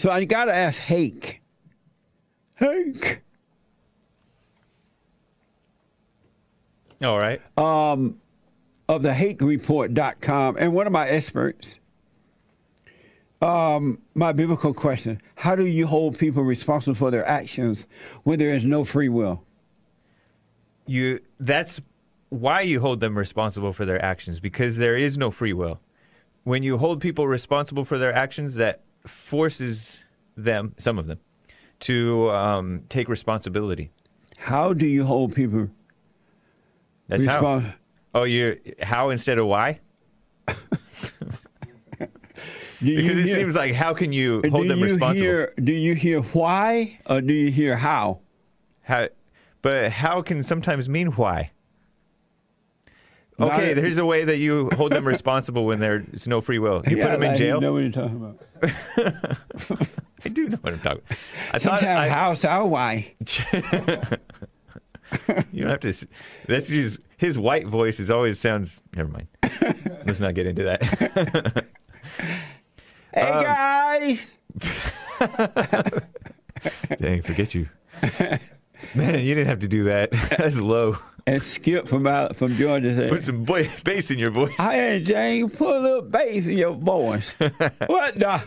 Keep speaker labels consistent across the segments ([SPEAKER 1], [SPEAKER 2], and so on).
[SPEAKER 1] So I got to ask Hake. Hake.
[SPEAKER 2] All right.
[SPEAKER 1] Uh, of the hatereport.com and one of my experts. Um, my biblical question How do you hold people responsible for their actions when there is no free will?
[SPEAKER 2] you that's why you hold them responsible for their actions because there is no free will when you hold people responsible for their actions that forces them some of them to um, take responsibility
[SPEAKER 1] How do you hold people
[SPEAKER 2] that's
[SPEAKER 1] responsible?
[SPEAKER 2] how oh you how instead of why because it seems like how can you hold
[SPEAKER 1] do
[SPEAKER 2] them
[SPEAKER 1] you
[SPEAKER 2] responsible
[SPEAKER 1] Hear, do you hear why or do you hear how?
[SPEAKER 2] How, but how can sometimes mean why?
[SPEAKER 1] Not
[SPEAKER 2] Okay,
[SPEAKER 1] a-
[SPEAKER 2] there's a way that you hold them responsible when there's no free will. You
[SPEAKER 1] Yeah,
[SPEAKER 2] put them in
[SPEAKER 1] like,
[SPEAKER 2] jail.
[SPEAKER 1] You know what you're talking about.
[SPEAKER 2] I do know what I'm talking. About. I thought
[SPEAKER 1] Sometimes
[SPEAKER 2] I,
[SPEAKER 1] how's how why?
[SPEAKER 2] you don't have to. s- That's his his white voice is always sounds. Never mind. Let's not get into that.
[SPEAKER 1] Hey
[SPEAKER 2] Um,
[SPEAKER 1] guys,
[SPEAKER 2] Dang, forget you. Man, you didn't have to do that. That's low.
[SPEAKER 1] and Skip from out from Georgia said,
[SPEAKER 2] Put some boy, bass in your voice.
[SPEAKER 1] I ain't Jane. Put a little bass in your voice. what the?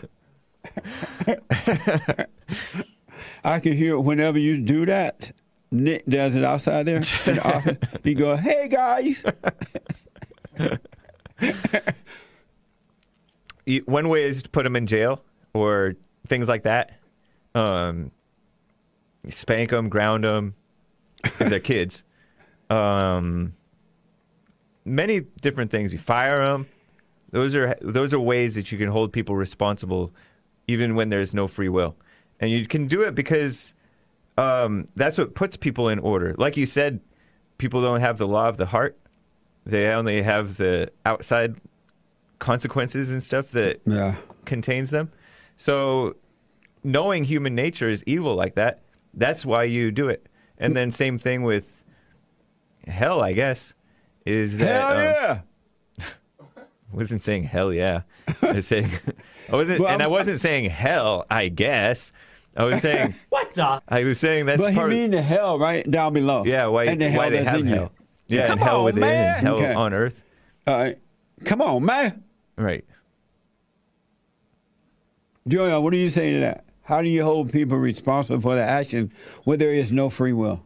[SPEAKER 1] I can hear it whenever you do that. Nick does it outside there in the office. He go, "Hey guys,
[SPEAKER 2] you- one way is to put them in jail or things like that. Um, spank them, ground them if they're kids. Um, many different things. You fire them. Those are those are ways that you can hold people responsible, even when there's no free will, and you can do it because um, that's what puts people in order. Like you said, people don't have the law of the heart; they only have the outside consequences and stuff that
[SPEAKER 1] yeah,
[SPEAKER 2] contains them. So knowing human nature is evil like that, that's why you do it. And then same thing with hell, I guess, is that
[SPEAKER 1] hell
[SPEAKER 2] um,
[SPEAKER 1] yeah."
[SPEAKER 2] wasn't saying hell yeah. I was saying I wasn't
[SPEAKER 1] Well,
[SPEAKER 2] and I
[SPEAKER 1] I'm-
[SPEAKER 2] wasn't saying hell, I guess. I was saying
[SPEAKER 3] What the?
[SPEAKER 2] I was saying that's
[SPEAKER 1] But he
[SPEAKER 2] part of
[SPEAKER 1] mean the hell right down below.
[SPEAKER 2] yeah, why,
[SPEAKER 1] and the hell
[SPEAKER 2] why they
[SPEAKER 1] that's
[SPEAKER 2] have
[SPEAKER 1] in
[SPEAKER 2] hell.
[SPEAKER 1] you.
[SPEAKER 2] Yeah,
[SPEAKER 1] Come
[SPEAKER 2] and hell
[SPEAKER 1] on,
[SPEAKER 2] within
[SPEAKER 1] man.
[SPEAKER 2] and hell
[SPEAKER 1] Okay.
[SPEAKER 2] on earth.
[SPEAKER 1] All right, come on, man.
[SPEAKER 2] Right.
[SPEAKER 1] Joel, what do you say to that? How do you hold people responsible for their action when there is no free will?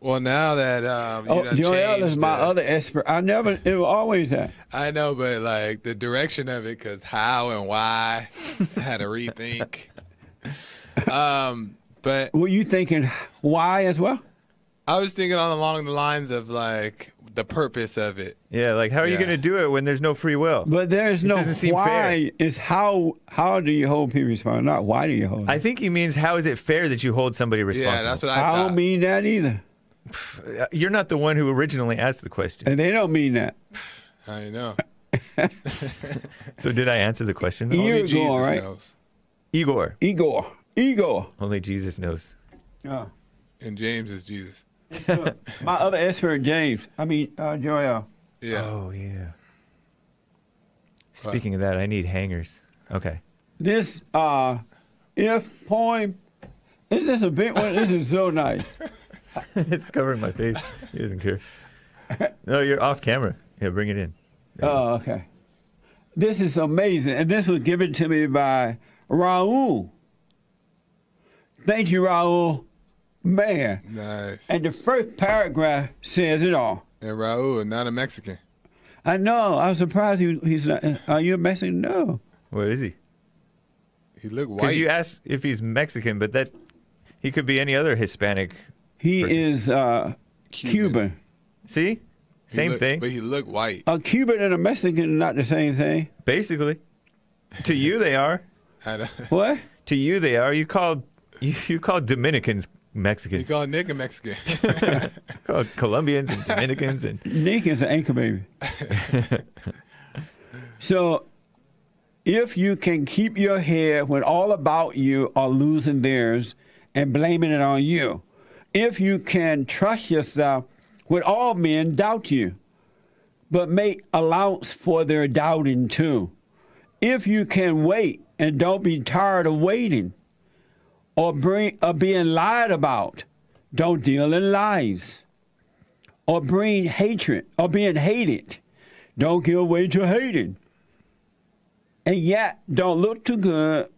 [SPEAKER 4] Well, now that um, you
[SPEAKER 1] Oh,
[SPEAKER 4] done
[SPEAKER 1] Joel is
[SPEAKER 4] changed
[SPEAKER 1] my
[SPEAKER 4] the-
[SPEAKER 1] other expert. I never, it was always that.
[SPEAKER 4] I know, but like the direction of it, because how and why, I had to rethink. um, but
[SPEAKER 1] Were you thinking why as well?
[SPEAKER 4] I was thinking on along the lines of like the purpose of it.
[SPEAKER 2] Yeah, like how are you
[SPEAKER 4] Yeah.
[SPEAKER 2] gonna do it when there's no free will?
[SPEAKER 1] But there's no
[SPEAKER 2] doesn't seem
[SPEAKER 1] why. It's how how do you hold people responsible? Not why do you hold
[SPEAKER 2] I
[SPEAKER 1] them.
[SPEAKER 2] think he means how is it fair that you hold somebody responsible?
[SPEAKER 4] Yeah, that's what I,
[SPEAKER 1] I,
[SPEAKER 4] thought.
[SPEAKER 1] don't mean that either.
[SPEAKER 2] Uh, You're not the one who originally asked the question.
[SPEAKER 1] And they don't mean that.
[SPEAKER 4] I know.
[SPEAKER 2] So did I answer the question?
[SPEAKER 1] Yeah.
[SPEAKER 4] Only
[SPEAKER 1] Years
[SPEAKER 4] Jesus
[SPEAKER 1] ago, right?
[SPEAKER 4] knows,
[SPEAKER 2] Igor.
[SPEAKER 1] Igor. Igor.
[SPEAKER 2] Only Jesus knows.
[SPEAKER 1] Yeah.
[SPEAKER 4] and James is Jesus.
[SPEAKER 1] My other expert, James. I mean, uh, Joel.
[SPEAKER 4] Yeah.
[SPEAKER 2] Oh yeah. Speaking of that, I need hangers. Okay.
[SPEAKER 1] This uh, if poem, is this a big one? This is so nice.
[SPEAKER 2] it's covering my face. He doesn't care. No, you're off camera. Yeah, bring it in.
[SPEAKER 1] Oh, okay. This is amazing. And this was given to me by Raul. Thank you, Raul. Man.
[SPEAKER 4] Nice.
[SPEAKER 1] And the first paragraph says it all.
[SPEAKER 4] And Raul, not a Mexican.
[SPEAKER 1] I know. I'm surprised he, he's not. Are you a Mexican? No.
[SPEAKER 2] Where is he?
[SPEAKER 4] He looked
[SPEAKER 2] Because
[SPEAKER 4] white.
[SPEAKER 2] you asked if he's Mexican, but that he could be any other Hispanic.
[SPEAKER 1] He
[SPEAKER 2] Person.
[SPEAKER 1] is uh, Cuban.
[SPEAKER 2] See,
[SPEAKER 4] He
[SPEAKER 2] same
[SPEAKER 4] looked-
[SPEAKER 2] thing.
[SPEAKER 4] But he looked white.
[SPEAKER 1] A Cuban and a Mexican are not the same thing.
[SPEAKER 2] Basically, to you they are.
[SPEAKER 4] I don't-
[SPEAKER 1] What?
[SPEAKER 2] To you they are. You called you, you called Dominicans
[SPEAKER 4] he
[SPEAKER 2] Mexicans.
[SPEAKER 4] called Nick a Mexican.
[SPEAKER 2] called Colombians and Dominicans and
[SPEAKER 1] Nick is an anchor baby. so, if you can keep your head when all about you are losing theirs and blaming it on you, if you can trust yourself when all men doubt you, but make allowance for their doubting too, if you can wait and don't be tired of waiting or, bring, or being lied about. Don't deal in lies or bring hatred or being hated. Don't give way to hating. And yet, don't look too good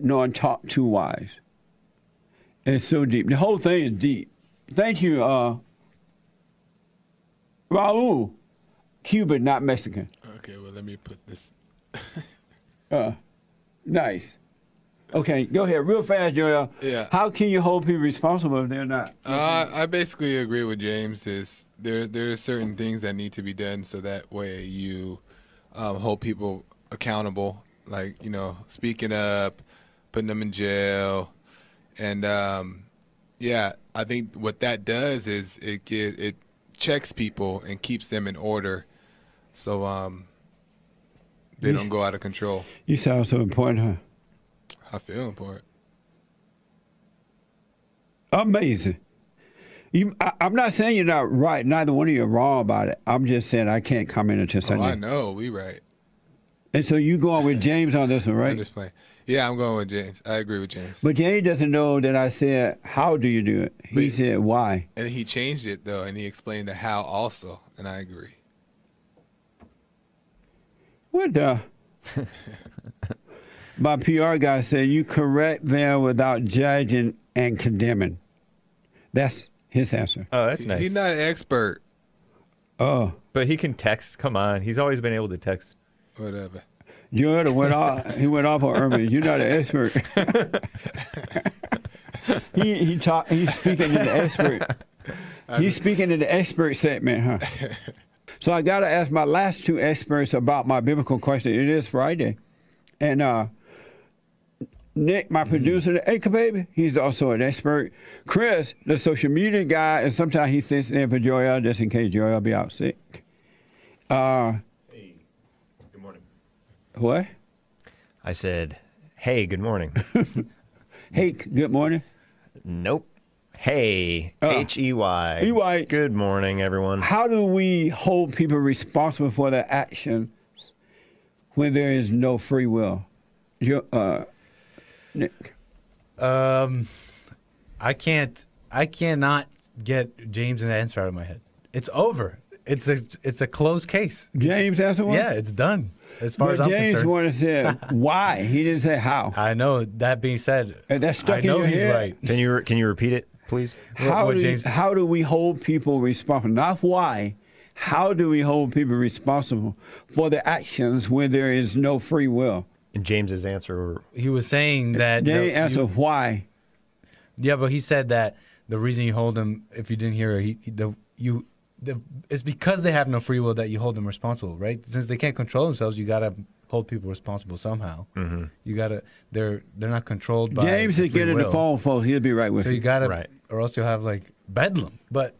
[SPEAKER 1] nor talk too wise. It's so deep. The whole thing is deep. Thank you, uh, Raul. Cuban, not Mexican.
[SPEAKER 4] Okay, well, let me put this.
[SPEAKER 1] Nice. Okay, go ahead real fast, Joel.
[SPEAKER 4] Yeah.
[SPEAKER 1] How can you hold people responsible if they're not?
[SPEAKER 4] Uh, I basically agree with James. Is there there are certain things that need to be done so that way you um, hold people accountable, like you know speaking up, putting them in jail, and um, yeah, I think what that does is it get, it checks people and keeps them in order, so um, they don't go out of control.
[SPEAKER 1] You sound so important, huh?
[SPEAKER 4] I feel important.
[SPEAKER 1] amazing. You, I, I'm not saying you're not right. Neither one of you are wrong about it. I'm just saying I can't comment until
[SPEAKER 4] Oh, I
[SPEAKER 1] Sunday.
[SPEAKER 4] know we right.
[SPEAKER 1] and so you going with James on this one,
[SPEAKER 4] I'm
[SPEAKER 1] right?
[SPEAKER 4] just playing. Yeah, I'm going with James. I agree with James.
[SPEAKER 1] But James doesn't know that I said how do you do it. He
[SPEAKER 4] But-
[SPEAKER 1] said why.
[SPEAKER 4] And he changed it though, and he explained the how also, and I agree.
[SPEAKER 1] What the? My PR guy said you correct them without judging and condemning. That's his answer.
[SPEAKER 2] Oh, that's
[SPEAKER 4] He-
[SPEAKER 2] nice.
[SPEAKER 4] He's not an expert,
[SPEAKER 1] Oh,
[SPEAKER 2] but he can text. Come on, he's always been able to text.
[SPEAKER 4] whatever.
[SPEAKER 1] you heard it went off. He went off on Irving. You're not an expert. he he talk, He's speaking to the expert. He's speaking to the expert segment, huh? So I got to ask my last two experts about my biblical question. It is Friday, and uh, Nick, my producer, the Anchor Baby, he's also an expert. Chris, the social media guy, and sometimes he sits in for Joel just in case Joel be out sick.
[SPEAKER 2] Good morning.
[SPEAKER 1] What?
[SPEAKER 3] I said, "Hey, good morning."
[SPEAKER 1] Hey, good morning.
[SPEAKER 3] nope. Hey,
[SPEAKER 1] Uh,
[SPEAKER 3] H E Y.
[SPEAKER 1] EY.
[SPEAKER 3] Good morning, everyone.
[SPEAKER 1] How do we hold people responsible for their actions when there is no free will? You, uh, Nick.
[SPEAKER 5] Um, I can't. I cannot get James an answer out of my head. It's over. It's a. It's a closed case.
[SPEAKER 1] James answered one?
[SPEAKER 5] Yeah, it's done. As far
[SPEAKER 1] But
[SPEAKER 5] as I'm
[SPEAKER 1] James
[SPEAKER 5] concerned. Uh,
[SPEAKER 1] wanted to say why. He didn't say how.
[SPEAKER 5] I know. That being said,
[SPEAKER 1] And that's stuck
[SPEAKER 5] I
[SPEAKER 1] in
[SPEAKER 5] know
[SPEAKER 1] your
[SPEAKER 5] he's
[SPEAKER 1] head?
[SPEAKER 5] right.
[SPEAKER 3] Can you can you repeat it, please?
[SPEAKER 1] How,
[SPEAKER 5] what
[SPEAKER 1] do,
[SPEAKER 5] James-
[SPEAKER 1] how do we hold people responsible? Not why. How do we hold people responsible for their actions when there is no free will?
[SPEAKER 3] And James's answer.
[SPEAKER 5] He was saying that.
[SPEAKER 1] They
[SPEAKER 5] no,
[SPEAKER 1] answer
[SPEAKER 5] you-
[SPEAKER 1] why.
[SPEAKER 5] yeah, but he said that the reason you hold them, if you didn't hear, it, he, the you. The, it's because they have no free will that you hold them responsible, right? Since they can't control themselves, you gotta hold people responsible somehow. Mm-hmm. You gotta. They're they're not controlled by.
[SPEAKER 1] James
[SPEAKER 5] the
[SPEAKER 1] is
[SPEAKER 5] free
[SPEAKER 1] getting the
[SPEAKER 5] will.
[SPEAKER 1] phone, folks. He'll be right with
[SPEAKER 5] So
[SPEAKER 1] you.
[SPEAKER 5] you gotta,
[SPEAKER 3] Right.
[SPEAKER 5] or else you'll have like bedlam. But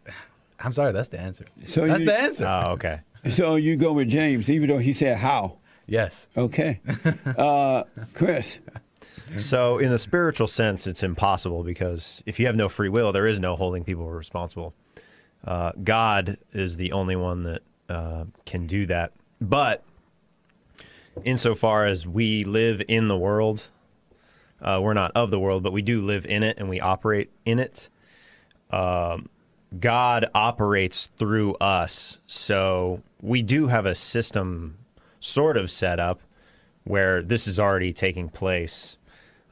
[SPEAKER 5] I'm sorry, that's the answer.
[SPEAKER 1] So
[SPEAKER 5] that's
[SPEAKER 1] you-
[SPEAKER 5] the answer.
[SPEAKER 3] Oh, okay.
[SPEAKER 1] so you go with James, even though he said how.
[SPEAKER 5] yes.
[SPEAKER 1] Okay. Uh, Chris,
[SPEAKER 3] So, in the spiritual sense, it's impossible because if you have no free will, there is no holding people responsible. Uh, God is the only one that uh, can do that. But insofar as we live in the world, uh, we're not of the world, but we do live in it and we operate in it. Um, God operates through us. So, we do have a system sort of set up where this is already taking place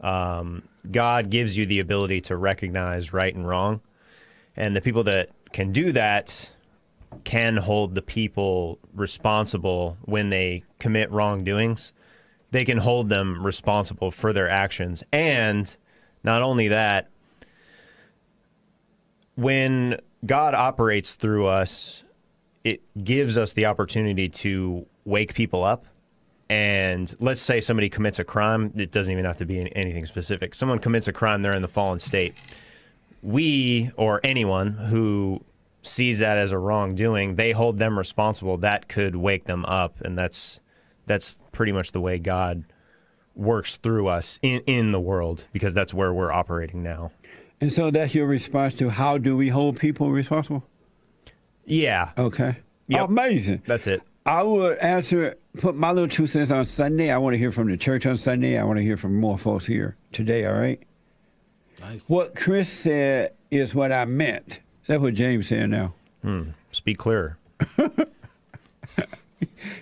[SPEAKER 3] um, God gives you the ability to recognize right and wrong. And the people that can do that can hold the people responsible when they commit wrongdoings. They can hold them responsible for their actions. And not only that, when God operates through us, it gives us the opportunity to wake people up. And let's say somebody commits a crime, it doesn't even have to be an- anything specific. Someone commits a crime, they're in the fallen state. We or anyone who sees that as a wrongdoing, they hold them responsible. That could wake them up, and that's that's pretty much the way God works through us in, in the world because that's where we're operating now.
[SPEAKER 1] and so that's your response to how do we hold people responsible?
[SPEAKER 3] Yeah,
[SPEAKER 1] Okay.
[SPEAKER 3] Yep.
[SPEAKER 1] Amazing.
[SPEAKER 3] that's it.
[SPEAKER 1] I would answer, put my little two cents on Sunday. I want to hear from the church on Sunday. I want to hear from more folks here today, all right?
[SPEAKER 6] Nice.
[SPEAKER 1] What Chris said is what I meant. That's what James said now.
[SPEAKER 3] Speak clearer.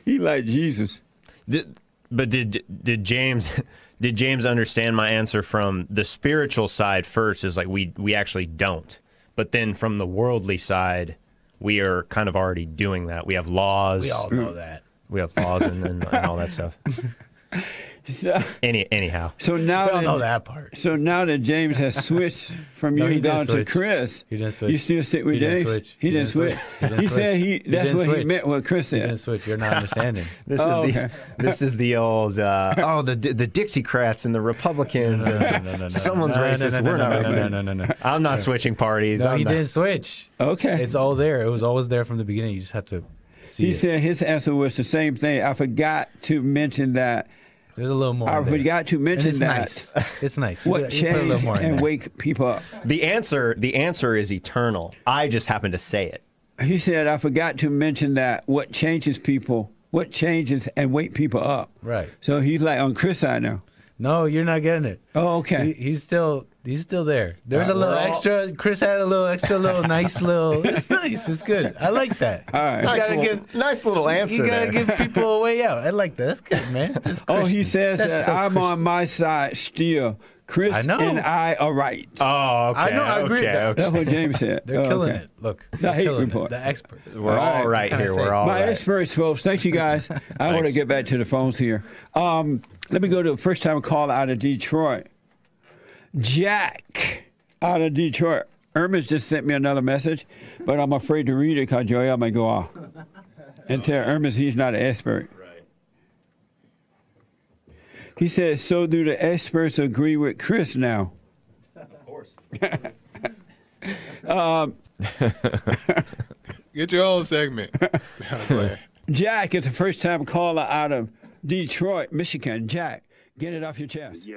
[SPEAKER 1] He like Jesus.
[SPEAKER 3] Did, but did did James did James understand my answer from the spiritual side first? Is like we we actually don't, but then from the worldly side, we are kind of already doing that. We have laws.
[SPEAKER 6] We all know that.
[SPEAKER 3] we have laws and, and, and all that stuff.
[SPEAKER 1] So,
[SPEAKER 3] Any anyhow,
[SPEAKER 1] so now
[SPEAKER 6] We all
[SPEAKER 1] that-
[SPEAKER 6] know that part.
[SPEAKER 1] So now that James has switched from
[SPEAKER 5] No,
[SPEAKER 1] you
[SPEAKER 5] he didn't
[SPEAKER 1] down to
[SPEAKER 5] switch.
[SPEAKER 1] Chris,
[SPEAKER 5] He didn't switch.
[SPEAKER 1] you still sit with
[SPEAKER 5] He didn't
[SPEAKER 1] James.
[SPEAKER 5] switch.
[SPEAKER 1] He
[SPEAKER 5] He
[SPEAKER 1] didn't
[SPEAKER 5] didn't switch.
[SPEAKER 1] switch.
[SPEAKER 5] He didn't
[SPEAKER 1] He said
[SPEAKER 5] switch.
[SPEAKER 1] he.
[SPEAKER 5] He
[SPEAKER 1] That's
[SPEAKER 5] didn't
[SPEAKER 1] what he
[SPEAKER 5] switch.
[SPEAKER 1] meant. What Chris
[SPEAKER 5] You didn't
[SPEAKER 1] said.
[SPEAKER 5] switch. You're not understanding.
[SPEAKER 3] this
[SPEAKER 1] Oh,
[SPEAKER 3] is the
[SPEAKER 1] okay.
[SPEAKER 3] this is the old uh, oh the the Dixiecrats and the Republicans.
[SPEAKER 5] No, no,
[SPEAKER 3] and-
[SPEAKER 5] no, no, no.
[SPEAKER 3] Someone's
[SPEAKER 5] no,
[SPEAKER 3] racist.
[SPEAKER 5] No, no,
[SPEAKER 3] We're
[SPEAKER 5] no,
[SPEAKER 3] not
[SPEAKER 5] no,
[SPEAKER 3] racist.
[SPEAKER 5] No, no, no, no.
[SPEAKER 3] I'm not switching parties.
[SPEAKER 5] No,
[SPEAKER 3] I'm
[SPEAKER 5] he
[SPEAKER 3] not-
[SPEAKER 5] didn't switch.
[SPEAKER 1] Okay.
[SPEAKER 5] It's all there. It was always there from the beginning. You just have to see
[SPEAKER 1] He
[SPEAKER 5] it.
[SPEAKER 1] said his answer was the same thing. I forgot to mention that.
[SPEAKER 5] There's a little more.
[SPEAKER 1] I
[SPEAKER 5] in there.
[SPEAKER 1] forgot to
[SPEAKER 5] And
[SPEAKER 1] mention
[SPEAKER 5] it's
[SPEAKER 1] that.
[SPEAKER 5] nice. It's nice. You
[SPEAKER 1] What
[SPEAKER 5] put- you put a little
[SPEAKER 1] changed
[SPEAKER 5] more in
[SPEAKER 1] and
[SPEAKER 5] there.
[SPEAKER 1] wake people up?
[SPEAKER 3] The answer the answer is eternal. I just happen to say it.
[SPEAKER 1] He said I forgot to mention that. What changes people? What changes and wake people up?
[SPEAKER 5] Right.
[SPEAKER 1] So he's like on Chris side now.
[SPEAKER 5] No, you're not getting it.
[SPEAKER 1] Oh, okay.
[SPEAKER 5] He, he's still he's still there. There's
[SPEAKER 1] Uh,
[SPEAKER 5] a little
[SPEAKER 1] we're all-
[SPEAKER 5] extra. Chris had a little extra, little nice little. It's nice. It's good. I like that.
[SPEAKER 1] All right.
[SPEAKER 5] You
[SPEAKER 3] Nice
[SPEAKER 5] gotta
[SPEAKER 3] little,
[SPEAKER 5] give
[SPEAKER 3] nice little answer.
[SPEAKER 5] you gotta
[SPEAKER 3] there.
[SPEAKER 5] give people a way out. I like that. That's good, man. That's
[SPEAKER 1] Oh, he
[SPEAKER 5] Christian.
[SPEAKER 1] says
[SPEAKER 5] That's
[SPEAKER 1] that
[SPEAKER 5] so
[SPEAKER 1] I'm on
[SPEAKER 5] Christian.
[SPEAKER 1] my side still. Chris
[SPEAKER 5] I know.
[SPEAKER 1] and I are right.
[SPEAKER 3] Oh, okay.
[SPEAKER 5] I know, I agree with
[SPEAKER 3] okay,
[SPEAKER 5] that.
[SPEAKER 3] okay.
[SPEAKER 1] That's what James said.
[SPEAKER 5] They're
[SPEAKER 1] Oh,
[SPEAKER 5] killing
[SPEAKER 1] okay.
[SPEAKER 5] it. Look,
[SPEAKER 1] The
[SPEAKER 5] they're
[SPEAKER 1] hate
[SPEAKER 5] killing it.
[SPEAKER 1] report.
[SPEAKER 5] The experts.
[SPEAKER 3] We're all right
[SPEAKER 5] Kinda
[SPEAKER 3] here.
[SPEAKER 5] say-
[SPEAKER 3] We're all
[SPEAKER 1] My
[SPEAKER 3] right.
[SPEAKER 1] experts, folks. Thank you guys. I want to
[SPEAKER 3] Thanks.
[SPEAKER 1] get back to the phones here. Um, let me go to a first time caller out of Detroit. Jack out of Detroit. Irma's just sent me another message, but I'm afraid to read it because Joel may go off and tell Irma's he's not an expert. He says, so do the experts agree with Chris now?
[SPEAKER 4] Get your own segment. Go ahead.
[SPEAKER 1] Jack is a first time caller out of Detroit, Michigan. Jack, get it off your chest. Yeah.